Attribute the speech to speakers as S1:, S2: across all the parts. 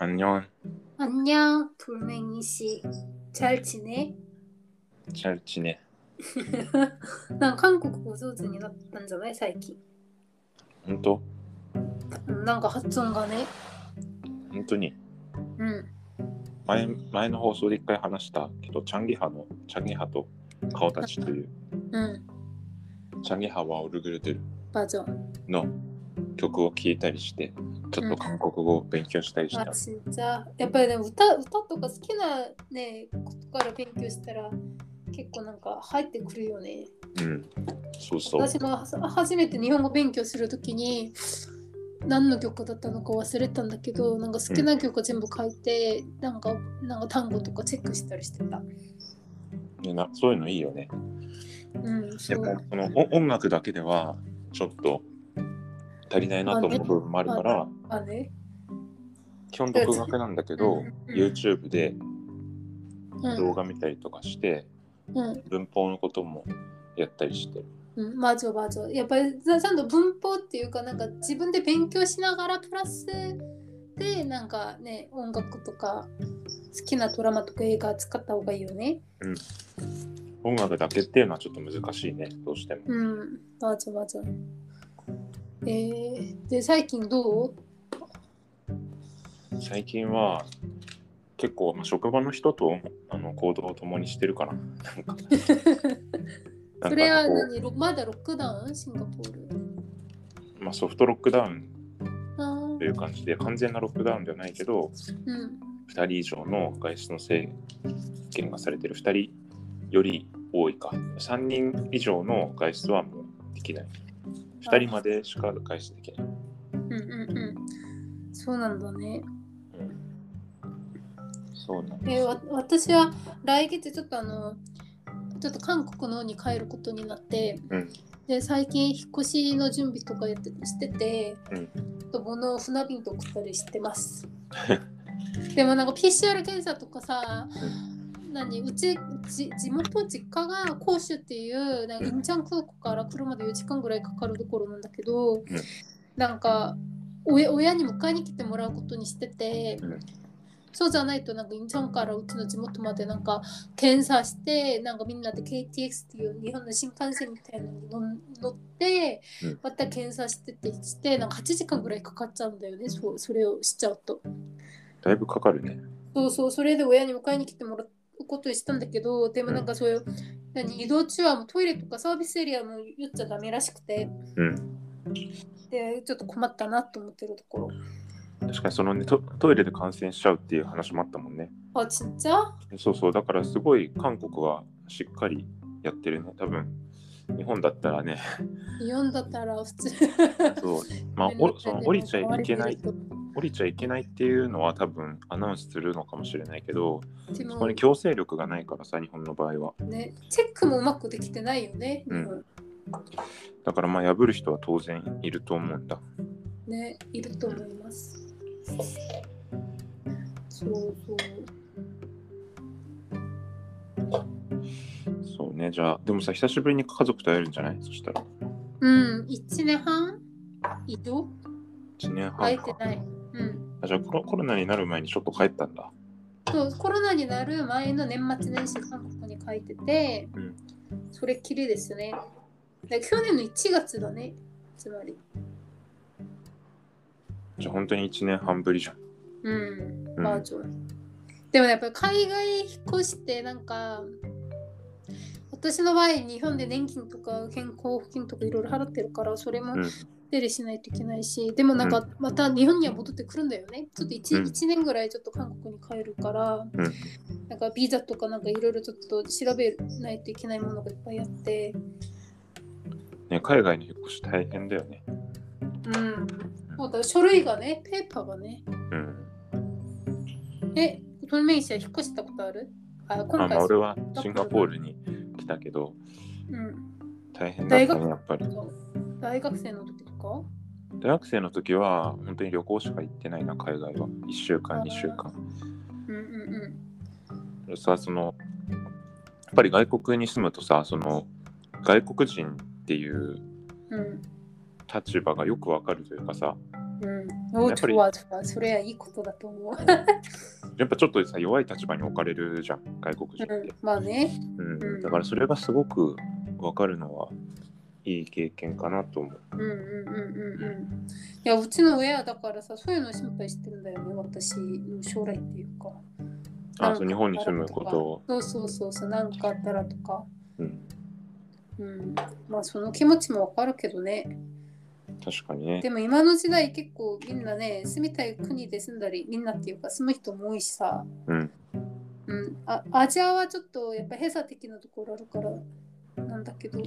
S1: 안녕.
S2: 안녕, 돌멩이 씨. 잘 지내?
S1: 잘 지내.
S2: 난 한국어 수준이 났단잖아, 최근.
S1: 本当
S2: 뭔가 합성가네.
S1: 本当に
S2: 응.
S1: 前前の放送で一回話したけど、チャンギハのチャンギハと顔たちという、
S2: 응.
S1: チャンギハはオルグルドゥ
S2: 맞아.
S1: の曲を聴いたりして、ちょっと韓国語を勉強したりした。
S2: 아, 진짜. 약간 내 우타 우타토가 스키나 네, 그거를 배우시더라.結構なんか入ってくるよね。
S1: うん。そうそう。
S2: 私もは初めて日本語勉強するときに何の曲だったのか忘れたんだけどなんか好きな曲全部書いて、なんかなんか単語とかチェックしたりしてた。
S1: ねなそういうのいいよね。
S2: うん、そ
S1: で
S2: う
S1: もそのお音楽だけではちょっと足りないなと思う部分もあるから、
S2: あね。
S1: 基本独学なんだけど、
S2: うん、
S1: YouTube で
S2: うん
S1: 動画見たりとかして、
S2: うん
S1: 文法のこともやったりしてる。
S2: うん、まずまずやっぱりちゃんと文法っていうかなんか自分で勉強しながらプラスでなんかね音楽とか好きなドラマとか映画使った方がいいよね。
S1: 音楽だけっていうのはちょっと難しいね、どうしても。
S2: うん、맞아맞아えー、で最近どう
S1: 最近は結構、まあ、職場の人とあの行動を共にしてるから、なんかなんかこう
S2: それは何ロまだロックダウンシンガポール。
S1: まあ、ソフトロックダウン
S2: あ
S1: という感じで、完全なロックダウンではないけど、
S2: ーうん、
S1: 2人以上の外出の制限がされてる2人より多いか3人以上の外出はもうできない2人までしか外出できない、
S2: うんうんうん。そうなんだね。
S1: うん、そうなん
S2: えわ私は来月ちょっとあのちょっと韓国の方に帰ることになって
S1: うん
S2: で最近引っ越しの準備とかやってしてて、
S1: うん
S2: と物を船便と送ったりしてますでもなんか PCR 検査とかさ、何うちじ地元実家が甲州っていうなんかインチャン空港から車で4時間ぐらいかかるところなんだけど、なんか親親に迎えに来てもらうことにしてて、
S1: うん
S2: そうじゃないとなんかインチョンからうちの地元までなんか検査してなんかみんなで KTX っていう日本の新幹線みたいなのに乗乗って、
S1: うん
S2: また検査してってしてなんか8時間ぐらいかかっちゃうんだよねそうそれをしちゃうと。
S1: だいぶかかるね
S2: そうそう、それで親に迎えに来てもらうことにしたんだけど、でもなんかそういう、何移動中はもうトイレとかサービスエリアも言っちゃダメらしくて、
S1: うん
S2: で、ちょっと困ったなと思ってるところ。
S1: 確かにそのねトトイレで感染しちゃうっていう話もあったもんね
S2: あ、ちっちゃ
S1: そうそうだからすごい韓国はしっかりやってるね多分日本だったら ね
S2: 読んだったら普通。
S1: そう まあおその降りちゃいけない降りちゃいけないっていうのは多分アナウンスするのかもしれないけど、
S2: で
S1: そ
S2: も
S1: こに強制力がないからさ、日本の場合は。
S2: ね、チェックもうまくできてないよね。
S1: うん
S2: 日本
S1: だからまあ破る人は当然いると思うんだ。
S2: ね、いると思います。そうそう。
S1: そうね、じゃあ、でもさ、久しぶりに家族と会えるんじゃないそしたら、
S2: うん、1年半以上
S1: 1年
S2: 会
S1: 半
S2: えて
S1: か。
S2: ない。うん。
S1: あじゃあコロ、コロナになる前にちょっと帰ったんだ。
S2: そうコロナになる前の年末年始韓国に書いてて、
S1: うん
S2: それっきりですねで去年の1月だねつまり
S1: じゃあ、本当に1年半ぶりじゃん。
S2: うん
S1: うん
S2: バージョン、でもねやっぱり海外引っ越してなんか私の場合日本で年金とか健康保険とかいろいろ払ってるからそれも
S1: うん
S2: 出入りしないといけないしでもなんかまた日本には戻ってくるんだよねちょっと 1,、
S1: うん
S2: 一年ぐらいちょっと韓国に帰るから、
S1: うん、
S2: なんかビザとかなんかいろいろちょっと調べないといけないものがいっぱいあって、
S1: ね。海外の引っ越し大変だよね。
S2: うん。そうだ書類がね、ペーパーがね。
S1: うん。
S2: え、トルメイシは引っ越したことあるあ、
S1: まあ、
S2: 今
S1: ま
S2: 回
S1: あ、俺はシンガポールに来たけど、
S2: うん、
S1: 大変だった
S2: 大
S1: ね、
S2: 学
S1: やっぱり。
S2: 大学生の時とか
S1: 大学生の時は、本当に旅行しか行ってないな、海外は。1週間、2週間。
S2: うんうん
S1: さそのやっぱり外国に住むとさその外国人っていう
S2: うん。うん
S1: 立場がよくわかるというかさ
S2: うん。お
S1: やっぱり
S2: ーとか、それはいいことだと思う。
S1: やっぱちょっとさ弱い立場に置かれるじゃん外国人っ
S2: うん
S1: て、、
S2: まあね。
S1: うん
S2: うん
S1: だからそれがすごく分かるのはいい経験かなと思う
S2: うんうんうんうんうん。いや、うちの親だからさ、そういうの心配してるんだよね、私の将来っていうか。
S1: あそう日本に住むことを、
S2: そうそうそうそう、なんかあったらとか。
S1: うん、
S2: うん。まあ、その気持ちもわかるけどね。
S1: 確かにね
S2: でも今の時代結構みんなね住みたい国で住んだりみんなっていうか住む人も多いしさ、
S1: うん
S2: うん、あアジアはちょっとやっぱ閉鎖的なところあるからなんだけど、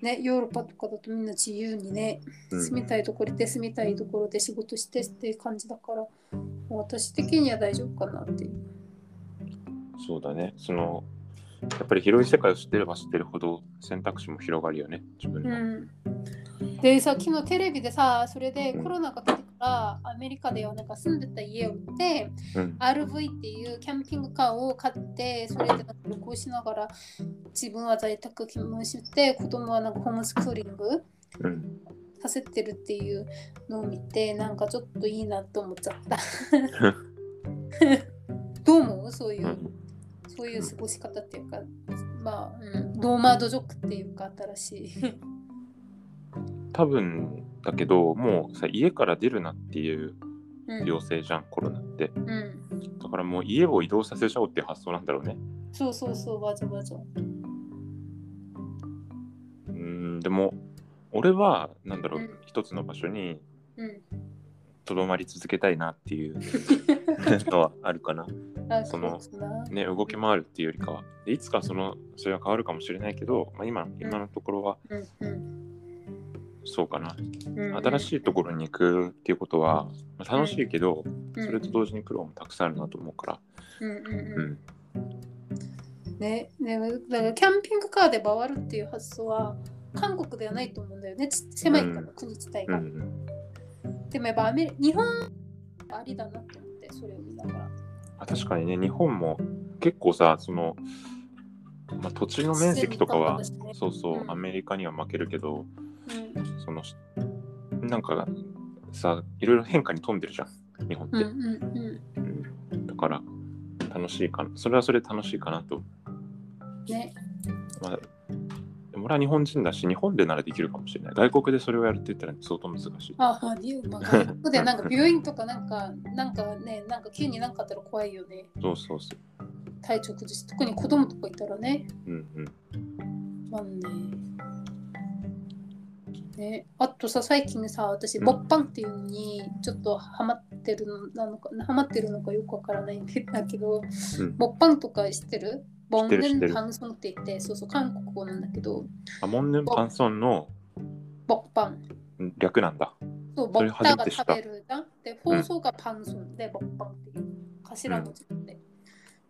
S2: ね、ヨーロッパとかだとみんな自由にね
S1: うん
S2: 住みたいところで住みたいところで仕事してっていう感じだから私的には大丈夫かなっていう。
S1: そうだねそのやっぱり広い世界を知ってれば知ってるほど選択肢も広がるよね自分
S2: う
S1: の、
S2: んでさ昨日テレビでさそれでコロナが来てからアメリカではなんか住んでた家を売って、
S1: うん、
S2: RV っていうキャンピングカーを買ってそれでなんか旅行しながら自分は在宅勤務して子供はなんかホームスクーリング
S1: うん、
S2: させてるっていうのを見てなんかちょっといいなと思っちゃった どう思うそういう、
S1: うん
S2: そういう過ごし方っていうかまあ、うん、ノーマードジョックっていうか新しい
S1: 多分だけどもうさ家から出るなっていう
S2: うん、
S1: 要請じゃんコロナって
S2: うん、
S1: だからもう家を移動させちゃおうっていう発想なんだろうね
S2: そうそうそうバージョンバージョン
S1: うんでも俺はなんだろう、
S2: うん
S1: 一つの場所に
S2: うん
S1: とどまり続けたいなって いうのはあるかな
S2: あ
S1: その
S2: そうだな
S1: ね動き回るっていうよりかはでいつかそのそれは変わるかもしれないけど、まあ、今今のところは
S2: うんうん
S1: そうかな
S2: うん
S1: 新しいところに行くっていうことはまあ楽しいけど、
S2: うん
S1: それと同時に苦労もたくさんあるなと思うから、
S2: うんうんうん
S1: う
S2: うん
S1: ん、
S2: ね、ねだからキャンピングカーで回るっていう発想は韓国ではないと思うんだよね、ち狭いから、
S1: うん
S2: 国自体
S1: うんう
S2: が。
S1: ん、
S2: でもやっぱアメリ日本ありだなと思って、それを見ながら。
S1: あ確かにね日本も結構さその、まあ、土地の面積とかは
S2: 自然の感覚
S1: そうそう、
S2: うん
S1: アメリカには負けるけど
S2: だしね
S1: そのしなんかさいろいろ変化に富んでるじゃん日本っ
S2: うん
S1: て、
S2: うんうんう
S1: うんだから楽しいかなそれはそれで楽しいかなと、
S2: ん。ね、
S1: まあ、でも俺は日本人だし日本でならできるかもしれない外国でそれをやるって言ったら相当難しい
S2: ああ、理由、まあ、外国でなんか病院とかなんか、なんかね、なんか急になんかあったら怖いよね、
S1: そうそうそう
S2: 体調崩し、特に子供とかいたらね。
S1: うんうん
S2: まあねね、あとさ最近さ私
S1: うん
S2: ボッパンっていうのにちょっとハマってるのなのかハマってるのかよくわからないんだけど、
S1: うん
S2: ボッパンとか知ってるボン
S1: 知ってる知
S2: ネ
S1: って
S2: ン
S1: る
S2: パンソンって言ってそうそう韓国語なんだけど
S1: アモンヌンパンソンの
S2: ボッパン
S1: 略なんだ
S2: そうボ
S1: それ
S2: ッ
S1: 初
S2: タ
S1: め
S2: が
S1: て知っ
S2: 食
S1: た
S2: べるじゃんで放送がパンソンでボッパンっていう頭文字で、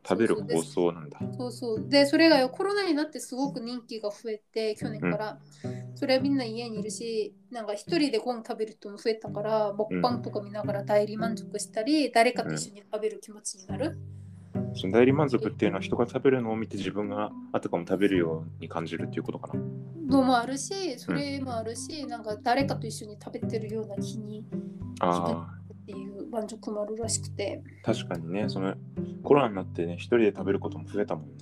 S1: 食べる放送なんだ
S2: そうそう。で、それがよコロナになってすごく人気が増えて、去年から。それはみんな家にいるし、なんか一人でご飯食べる人も増えたから、木パンとか見ながら大理満足したり、誰かと一緒に食べる気持ちになる。
S1: その代理満足っていうのは人が食べるのを見て自分があたかも食べるように感じるっていうことかな
S2: のもあるし、それもあるし、なんか誰かと一緒に食べてるような気に
S1: ああ
S2: っていう満足もあるらしくて。
S1: 確かにねそのコロナになってね一人で食べることも増えたもんね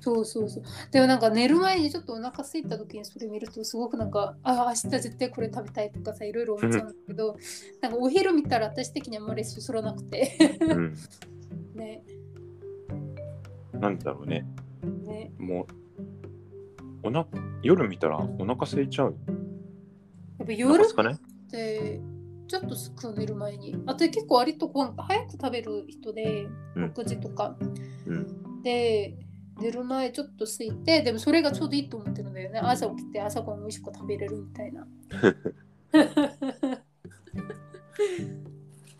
S2: そうそうそう。でもなんか寝る前にちょっとお腹空いた時にそれ見るとすごくなんか、ああ、明日絶対これ食べたいとかさ、いろいろ思っちゃうんだけど、なんかお昼見たら私的にはあんまりそそらなくて。
S1: うん
S2: ね、
S1: なんだろうね
S2: ね。
S1: もうおな夜見たらお腹空いちゃう
S2: やっぱ
S1: お
S2: 夜
S1: 腹
S2: っ
S1: すかね
S2: てちょっとすく寝る前に。あと結構割とご飯早く食べる人で、
S1: うん
S2: 6時とか。
S1: うん
S2: で、寝る前ちょっと空いて、でもそれがちょうどいいと思ってるんだよね。朝起きて朝ごはん美味しく食べれるみた いな。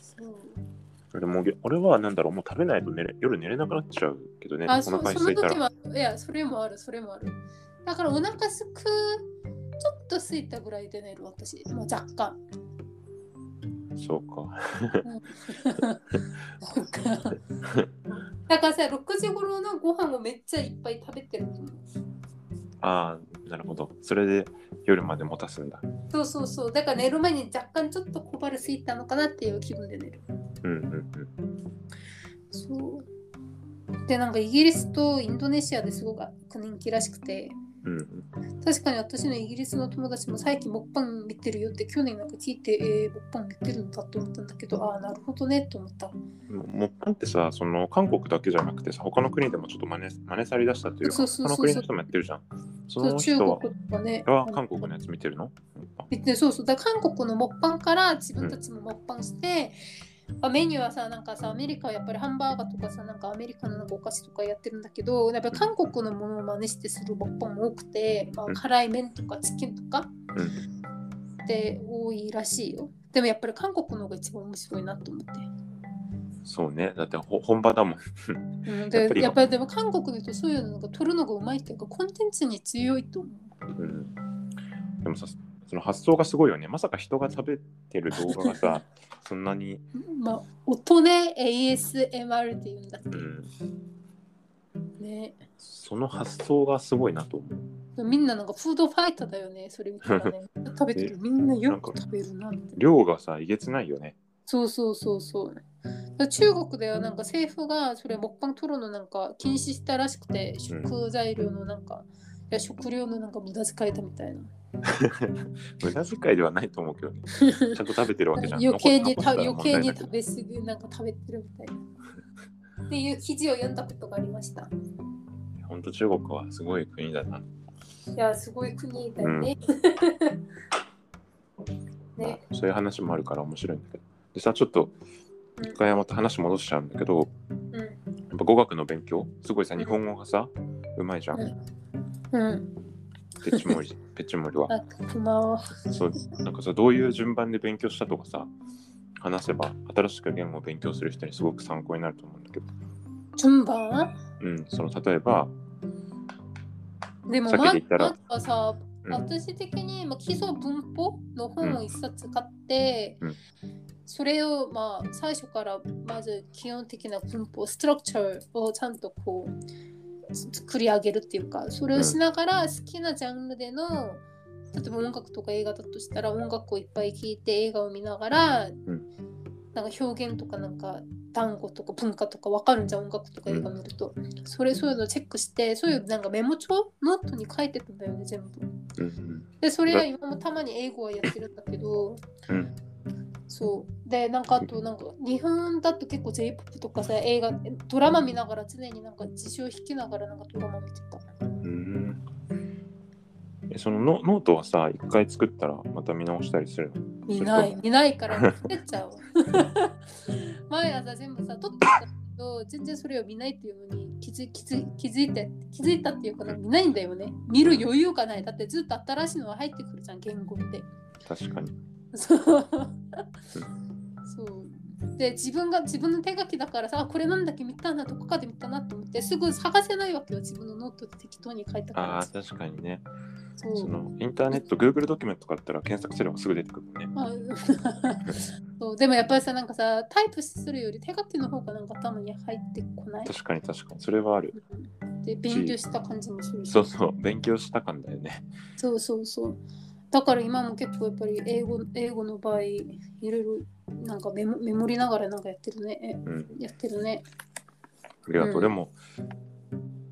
S2: そう
S1: でも俺はなんだろうもう食べないと寝れ夜寝れなくなっちゃうけどね
S2: あ、
S1: お
S2: そう、
S1: 腹に
S2: そ
S1: 空
S2: の
S1: いた
S2: 時
S1: ら
S2: は、いや、それもある、それもある。だからお腹すく、ちょっとすいたぐらいで寝る、私。もう若 干。
S1: そうか
S2: なんかだからさ、6時頃のご飯をめっちゃいっぱい食べてると思う。
S1: ああなるほどそれで夜まで持たすんだ。
S2: そうそうそう。だから寝る前に若干ちょっと小腹すいたのかなっていう気分で寝る。
S1: うんうんうん。
S2: そう。で、なんかイギリスとインドネシアですごく人気らしくて、
S1: うんうん、
S2: 確かに私のイギリスの友達も最近モッパン見てるよって去年なんか聞いて、えー、モッパン見てるんだと思ったんだけど、ああ、なるほどねと思った。
S1: ももっぱんってさその韓国だけじゃなくてさ他の国でもちょっと真似真似されだしたというか
S2: そうそうそうそ
S1: 他の
S2: う
S1: 国の人もやってるじゃんそ
S2: そう
S1: の
S2: 中
S1: 人
S2: 国
S1: は
S2: とかね。
S1: は韓国のやつ見てるの
S2: 見てそうそうだから韓国のモッパンから自分たちもモッパンして、あメニューはさなんかさアメリカはやっぱりハンバーガーとかさなんかアメリカのなんかお菓子とかやってるんだけどやっぱり韓国のものを真似してするモッパンも多くて、まあ
S1: うん、
S2: 辛い麺とかチキンとか
S1: う
S2: って多いらしいよでもやっぱり韓国の方が一番面白いなと思って、
S1: そうねだってほ本場だもん
S2: うん、
S1: やっぱり
S2: でやっぱりでも韓国の人そういうのが取るのがうまいっていうかコンテンツに強いと思う
S1: うんでもさその発想がすごいよねまさか人が食べてる動画がさ そんなに、
S2: まあ音ね ASMR っていうんだって
S1: うん、
S2: ね
S1: その発想がすごいなと思う
S2: みんななんかフードファイターだよね、それ見た らね。食べてる、みんなよく食べるなみたいな。
S1: 量がさえげつないよね
S2: そうそうそうそう。だから中国ではなんか政府がそれ、木パン取るのなんか禁止したらしくて、食材料のなんか、いや食料のなんか無駄遣いだみたいな。
S1: 無駄遣いではないと思うけどね ちゃんと食べてるわけじゃん
S2: 余計に
S1: 残残
S2: た
S1: したら
S2: 余
S1: 問
S2: 計
S1: 題
S2: に
S1: だけど
S2: 食べ過ぎ、なんか食べてるみたいな。っていう記事を読んだことがありました。
S1: ほんと中国はすごい国だない
S2: や、すごい国だよね。
S1: まあ
S2: ね、
S1: そういう話もあるから面白いんだけど。でさ、ちょっと、
S2: うん
S1: 一回また話戻しちゃうんだけど、
S2: うん。
S1: やっぱ語学の勉強、すごいさ、
S2: うん
S1: 日本語がさ、うまいじゃん
S2: う。うん。
S1: ペッチモリ、 ペッチモリは。
S2: あ、熊を。
S1: そう、なんかさ、どういう順番で勉強したとかさ、話せば、新しく言語を勉強する人にすごく参考になると思うんだけど。
S2: 順番
S1: うん、その、例えば、
S2: でも
S1: さっき
S2: ま
S1: で言ったら
S2: なんかさ、
S1: うん
S2: 私的に、まあ、基礎文法の本を一冊買って、
S1: うん
S2: それを、まあ、最初からまず基本的な文法ストラクチャーをちゃんとこうつ作り上げるっていうかそれをしながら好きなジャンルでの、例えば音楽とか映画だとしたら音楽をいっぱい聴いて映画を見ながら、なんか表現とかなんか単語とか文化とかわかるんじゃん音楽とか映画見ると、それそういうのチェックしてそういうなんかメモ帳ノートに書いてたんだよね全部
S1: うんうん、
S2: でそれが今もたまに英語はやってるんだけど、
S1: うん
S2: そうでなんかあとなんか日本だと結構 j p o p とかさ映画ドラマ見ながら常になんか辞書を引きながらなんかドラマ見てた
S1: うん。えそのノノートはさ、一回作ったらまた見直したりするの
S2: 見な
S1: それ
S2: い見ないから忘れちゃう毎朝全部さ撮ってたけど全然それを見ないっていうのに気づ気づ気づいて気づいたっていうかなんか見ないんだよね見る余裕がないだってずっと新しいのが入ってくるじゃん言語って
S1: 確かに。
S2: そうそうで自分が自分の手書きだからさあこれなんだっけ見たなどこかで見たなって思ってすぐ探せないわけよ自分のノートで適当に書いたか
S1: あ
S2: ら
S1: あ、確かにね。
S2: そう
S1: そのインターネット、Google ドキュメントとかだったら検索すればすぐ出てくるもんね。
S2: まあ そうでもやっぱりさなんかさタイプするより手書きの方がなんか頭に入ってこない
S1: 確かに確かに。それはある。
S2: で勉強した感じもするし
S1: そうそう、勉強した感だよね。
S2: そうそうそうだから今も結構やっぱり英語英語の場合いろいろなんかメモメモりながらなんかやってるね
S1: うん。
S2: えやってるね
S1: ありがとう。
S2: うん
S1: でも、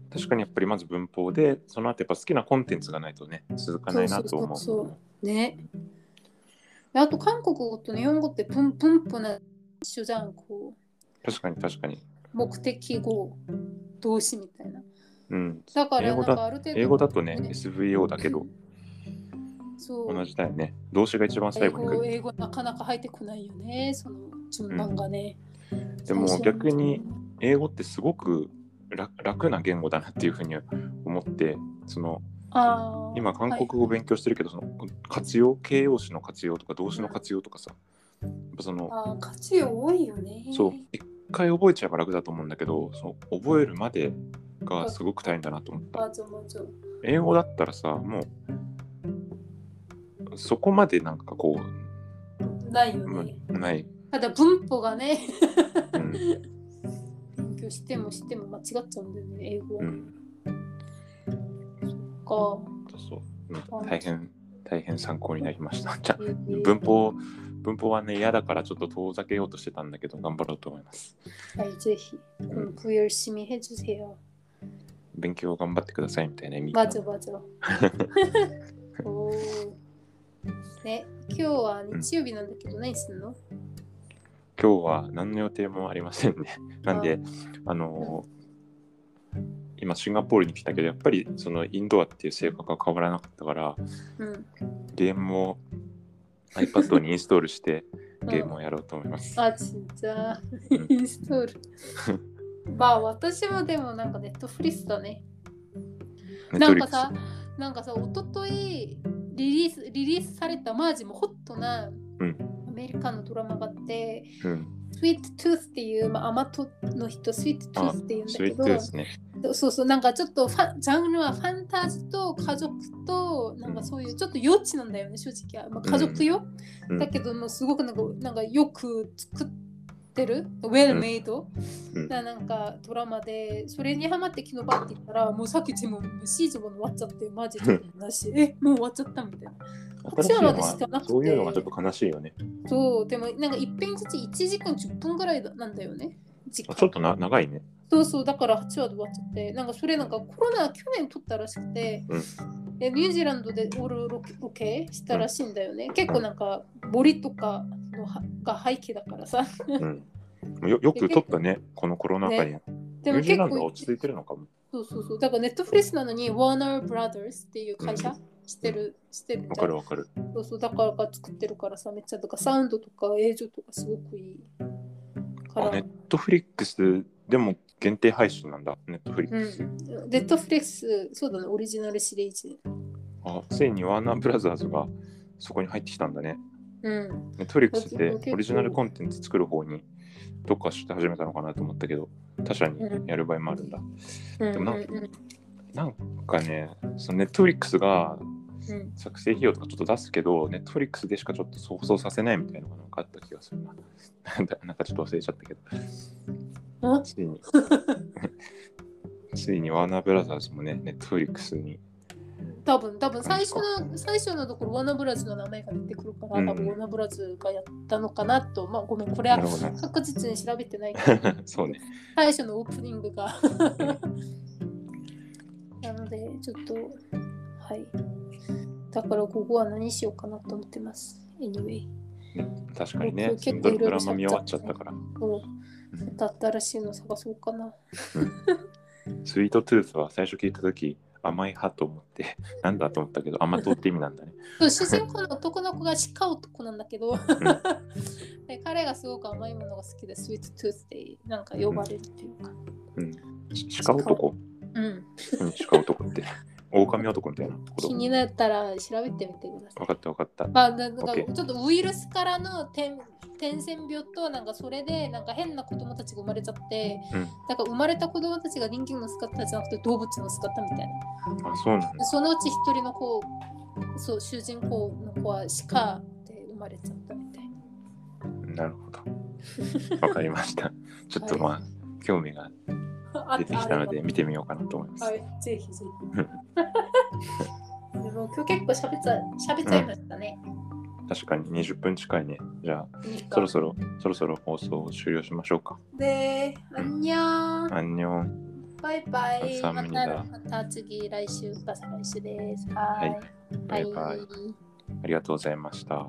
S1: 確かにやっぱりまず文法で、その後やっぱ好きなコンテンツがないとね、続かないなと思う。
S2: そうそうそうねあと韓国語と日本語って文文法な一緒じゃんこ
S1: 確かに確かに。
S2: う目的語動詞みたいな
S1: うん。
S2: だか
S1: 英
S2: ら
S1: 語
S2: なん
S1: だ
S2: かある程度
S1: 英語だとね、
S2: ね
S1: SVO だけど、
S2: そう
S1: 同じだよね。動詞が一番最
S2: 英
S1: 後に来
S2: 語
S1: る。
S2: 英語なかなか入ってこないよね、その順番がね。
S1: でも逆に、英語ってすごく楽楽な言語だなっていうふうには思って、その、
S2: あー
S1: 今韓国語を勉強してるけど、その活用形容詞の活用とか動詞の活用とかさ、やっぱその
S2: はいあー価値多いよね。
S1: そう一回覚えちゃえば楽だと思うんだけどそう覚えるまでがすごく大変だなと思った
S2: まずまず。
S1: 英語だったらさもうそこまでなんかこ
S2: ないよ
S1: う、
S2: ね。
S1: うんない、
S2: ただ文法がね、
S1: うん
S2: 勉強してもしても間違っちゃうんだよね、英語
S1: うん、
S2: が。
S1: そうそううん大変大変参考になりました。 じゃあ
S2: えー
S1: 文法、文法はね、嫌だからちょっと遠ざけようとしてたんだけど、頑張ろうと思います。
S2: 네,ぜひ공부열심히해주세요
S1: 勉強頑張ってくださいみたいな意味。
S2: 맞아 맞아. 오. 네,今日は日曜日なんだけど何すんの
S1: 今日は何の予定もありませんね。なんで、あのー今シンガポールに来たけど、やっぱりそのインドアっていう性格が変わらなかったから、
S2: 응.
S1: ゲームを iPad にインストールしてゲームをやろうと思います。
S2: あ、ちっちゃ
S1: うん
S2: イン ストール。まあ私もでもなんかネットフリスだね。なんかさ、なんかさ、一昨日リリースリリースされたマージもホットな
S1: うん
S2: アメリカのドラマがあって、
S1: Netflix うん、
S2: スイートトゥースっていう、まあ、アマトの人、スイートトゥースっていうんだ
S1: そう
S2: け
S1: いうこ
S2: ど
S1: と、ですね。
S2: そうそう、なんかちょっとファンジャンルはファンタジーと家族と、なんかそういうちょっと幼稚なんだよね、正直は。まあ、家族よ、
S1: うん
S2: だけども、すごくなんかなんかよく作ってる、well made、
S1: うん
S2: ななんかドラマで、それにハマって昨日バッて言ったら、もうさっきもシーズン終わっちゃって、マジでなし、 え、もう終わっちゃったみたいな。
S1: 新しいの
S2: こっちは私知らな
S1: は
S2: くて
S1: そういうのがちょっと悲しいよね。
S2: そう、でもなんか一遍ずつ1時間10分ぐらいなんだよね。時
S1: あ
S2: 間
S1: ちょっとな長いね。
S2: そうそう、だから8話で終わっちゃって、なんかそれなんかコロナ去年取ったらしくて、
S1: うん
S2: でニュージーランドでオールロケロケしたらしいんだよね。結構なんか森とかのはが廃棄だからさ。
S1: うん、よよく撮ったね、このコロナ禍に。ニ
S2: で
S1: ュー
S2: も
S1: ジ
S2: 結
S1: ーランドは
S2: 構、
S1: 落ち着いてるのかも。
S2: そうそうそう、だからネットフリスなのに Warner Brothers っていう会社
S1: う
S2: してる、してる
S1: わ
S2: じゃ
S1: か
S2: ん
S1: る。わかる。
S2: そうそう、だからか作ってるからさ、めっちゃとかサウンドとか映像とかすごくいいか
S1: あ、
S2: ら。
S1: ネットフリックスでも限定配信なんだ、ネットフリッ
S2: う
S1: クス。
S2: ん、ネットフリックス、そうだね、オリジナルシリーズ。
S1: あ、ついにワーナーブラザーズがそこに入ってきたんだね。
S2: うん。
S1: ネットフリックスっ
S2: 私も結
S1: て
S2: 構
S1: オリジナルコンテンツ作る方にどっかして始めたのかなと思ったけど、他社にやる場合もあるんだ。
S2: うんう
S1: も
S2: ん
S1: な
S2: うん
S1: なんかね、そのネットフリックスが
S2: うん
S1: 作成費用とかちょっと出すけど、ネットフリックスでしかちょっと想像させないみたいなのがなんかあった気がするな。 なんだなんかちょっと忘れちゃったけど。
S2: あ
S1: つい についにワーナーブラザーズもね、ネットフリックスに。
S2: 多分多分最初の最初のところワーナーブラズの名前が出てくるから、
S1: うん
S2: 多分ワーナーブラズがやったのかなとまあごめんこれ
S1: な
S2: は
S1: るほどね。
S2: 確実に調べてないけど
S1: そうね。
S2: 最初のオープニン グがなのでちょっとはいだから午後は何しようかなと思ってます anyway
S1: 確かにね、
S2: 僕結構
S1: ド
S2: いろい
S1: ド
S2: ろ
S1: ラマ見終わっちゃったから。
S2: もうまた新しいの探そうかな
S1: スイートトゥースは最初聞いたとき、甘い派と思って、 なんだと思ったけど、甘党って意味なんだね。
S2: そう主人公の男の子が鹿男なんだけど、 で彼がすごく甘いものが好きでスイートトゥースでなんか呼ばれるっていうか、
S1: し鹿男
S2: うん、
S1: うん鹿男って。狼男みたいなこと
S2: 気。になったら調べてみてくださ
S1: 分
S2: い。
S1: かった分かった。
S2: まあ、なんか
S1: OK
S2: ちょっとウイルスからの天伝染病となんかそれでなんか変な子供たちが生まれちゃって、
S1: うん
S2: だから生まれた子供たちが人間の姿じゃなくて動物の姿みたいな。
S1: あ、そうなんだ。
S2: そのうち一人の子そう主人公の子は鹿で生まれちゃったみたいな。
S1: なるほど。分かりま した。ちょっとまあ、興味が
S2: あ
S1: 出てきたので、見てみようかなと思います。
S2: はい、ぜひ ぜひ。でも今日結構しゃべっちゃしゃべっちゃいましたね。
S1: 確かに20分近いね。じゃあ、
S2: いいか
S1: そろそろ、そろそろ放送を終了しましょうか。
S2: で、あんにゃーん。
S1: アンニョン。
S2: バイバイ。
S1: 寒
S2: ま
S1: いな
S2: たまた次、来週、また再来週です。は
S1: は
S2: ー
S1: い。バイバイ。
S2: はい
S1: ありがとうございました。